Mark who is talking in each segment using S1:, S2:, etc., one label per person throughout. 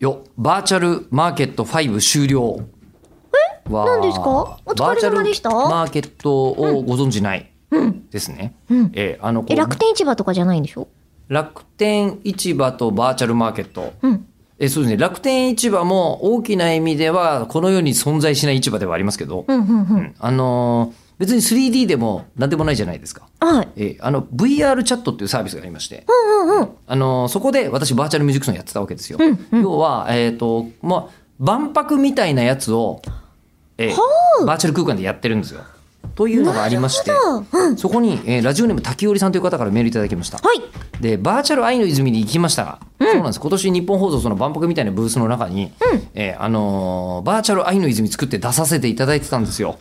S1: よ、バーチャルマーケット5終了。え
S2: 何ですかお疲れ様でした
S1: バーチャルマーケットをご存じない。ですね。えーあの、こう
S2: え、楽天市場とかじゃないんでしょ
S1: 楽天市場とバーチャルマーケット。
S2: うん。
S1: えーそうですね。楽天市場も大きな意味では、この世に存在しない市場ではありますけど、
S2: うん、うん、うん。
S1: あのー別に 3D でも何でもないじゃないですか。
S2: はい。
S1: えーあの VR チャットっていうサービスがありまして、あのーそこで私バーチャルミュージックソンやってたわけですよ。要は、えーとまあ、万博みたいなやつを、えーバーチャル空間でやってるんですよ。というのがありまして、そこに、えーラジオネーム滝織さんという方からメールいただきました。
S2: はい。
S1: でバーチャル愛の泉に行きましたが、そうなんです今年日本放送その万博みたいなブースの中に、えーあのーバーチャル愛の泉作って出させていただいてたんですよ。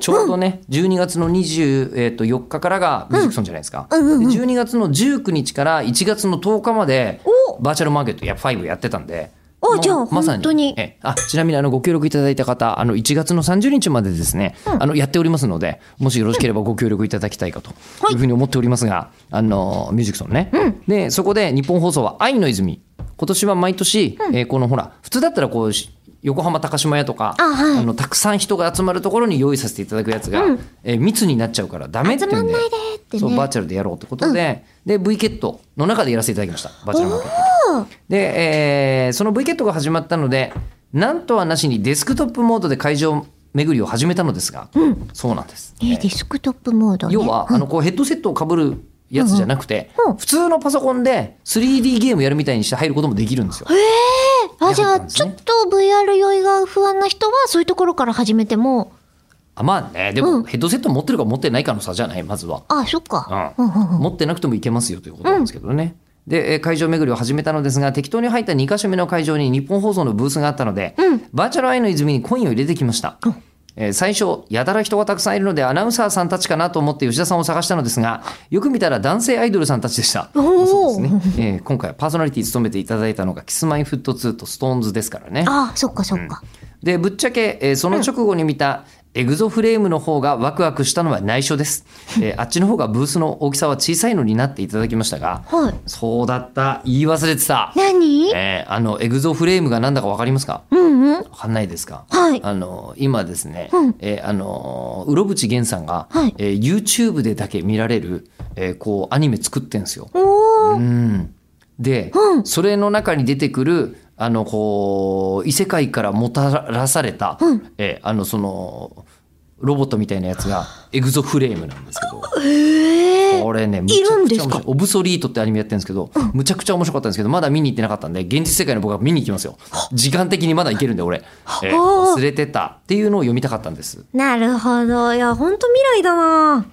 S1: ちょうどね、12月の24、えー、と4日からがミュージックソンじゃないですか、
S2: うんうんうん
S1: で12月の19日から1月の10日までバーチャルマーケットや5やってたんで。
S2: あ
S1: ま
S2: じゃあ
S1: まさ
S2: 本当に
S1: ええあちなみにあのご協力いただいた方あの1月の30日までですね、あのやっておりますのでもしよろしければご協力いただきたいかというふうに思っておりますが、あのミュージックソンね、でそこで日本放送は「愛の泉」今年は毎年、えーこのほら普通だったらこうし横浜高島屋とか
S2: あはい
S1: のたくさん人が集まるところに用意させていただくやつが、えー密になっちゃうからダメってい
S2: 集
S1: うんで
S2: まんないでーって
S1: そうバー
S2: ね。
S1: チャルでやろうってことで、で V ケットの中でやらせていただきましたバーチャルマーケットで、えーその V ケットが始まったのでなんとはなしにデスクトップモードで会場巡りを始めたのですが、そうなんです、
S2: えー、デスクトップモードね。
S1: 要は、あのこうヘッドセットをかぶるやつじゃなくて、
S2: うんうん
S1: 普通のパソコンで 3D ゲームやるみたいにして入ることもできるんですよ、
S2: あ、じゃ
S1: やつ
S2: あ、
S1: なんです
S2: ちょ
S1: ね
S2: っと VR 酔いが不安な人は、そういうところから始めても、
S1: あまあねで
S2: う
S1: も
S2: ん
S1: ヘッドセット持ってるか持ってないかの差じゃないまずは
S2: あ、そっか。うん、うん、うん。
S1: 持ってなくてもいけますよということなんですけどね。でえー会場巡りを始めたのですが適当に入った2か所目の会場に日本放送のブースがあったので、バーチャル愛の泉にコインを入れてきました、えー最初やたら人がたくさんいるのでアナウンサーさんたちかなと思って吉田さんを探したのですがよく見たら男性アイドルさんたちでした
S2: おー
S1: そうですね、えー今回はパーソナリティ務めていただいたのがキスマイフット2とストーンズですからね
S2: あ、そっかそっか。
S1: でぶっちゃけ、えーその直後に見た、エグゾフレームの方がワクワクしたのは内緒です、 えーあっちの方がブースの大きさは小さいのになっていただきましたが
S2: はい。
S1: そうだった言い忘れてた、
S2: 何
S1: えーあのエグゾフレームが何だか分かりますか
S2: うんうん。
S1: わかんないですか
S2: はい。
S1: あの今ですね、
S2: うん
S1: えーあのうろぶちげんさんが、
S2: はい
S1: えー YouTube でだけ見られる、えーこうアニメ作ってんですよ
S2: おー。
S1: うん、で、
S2: うん
S1: それの中に出てくるあのこう異世界からもたらされた、
S2: うん
S1: えーあのそのロボットみたいなやつがエグゾフレームなんですけど
S2: ええ。
S1: これねむちゃ
S2: いるん
S1: く
S2: で
S1: ちゃ
S2: す
S1: 面白
S2: か
S1: いオブソリートってアニメやってるんですけど、むちゃくちゃ面白かったんですけどまだ見に行ってなかったんで現実世界の僕は見に行きますよ時間的にまだ行けるんで俺、えー
S2: はあ
S1: 忘れてたっていうのを読みたかったんです
S2: なるほど。いや、ほんと未来だな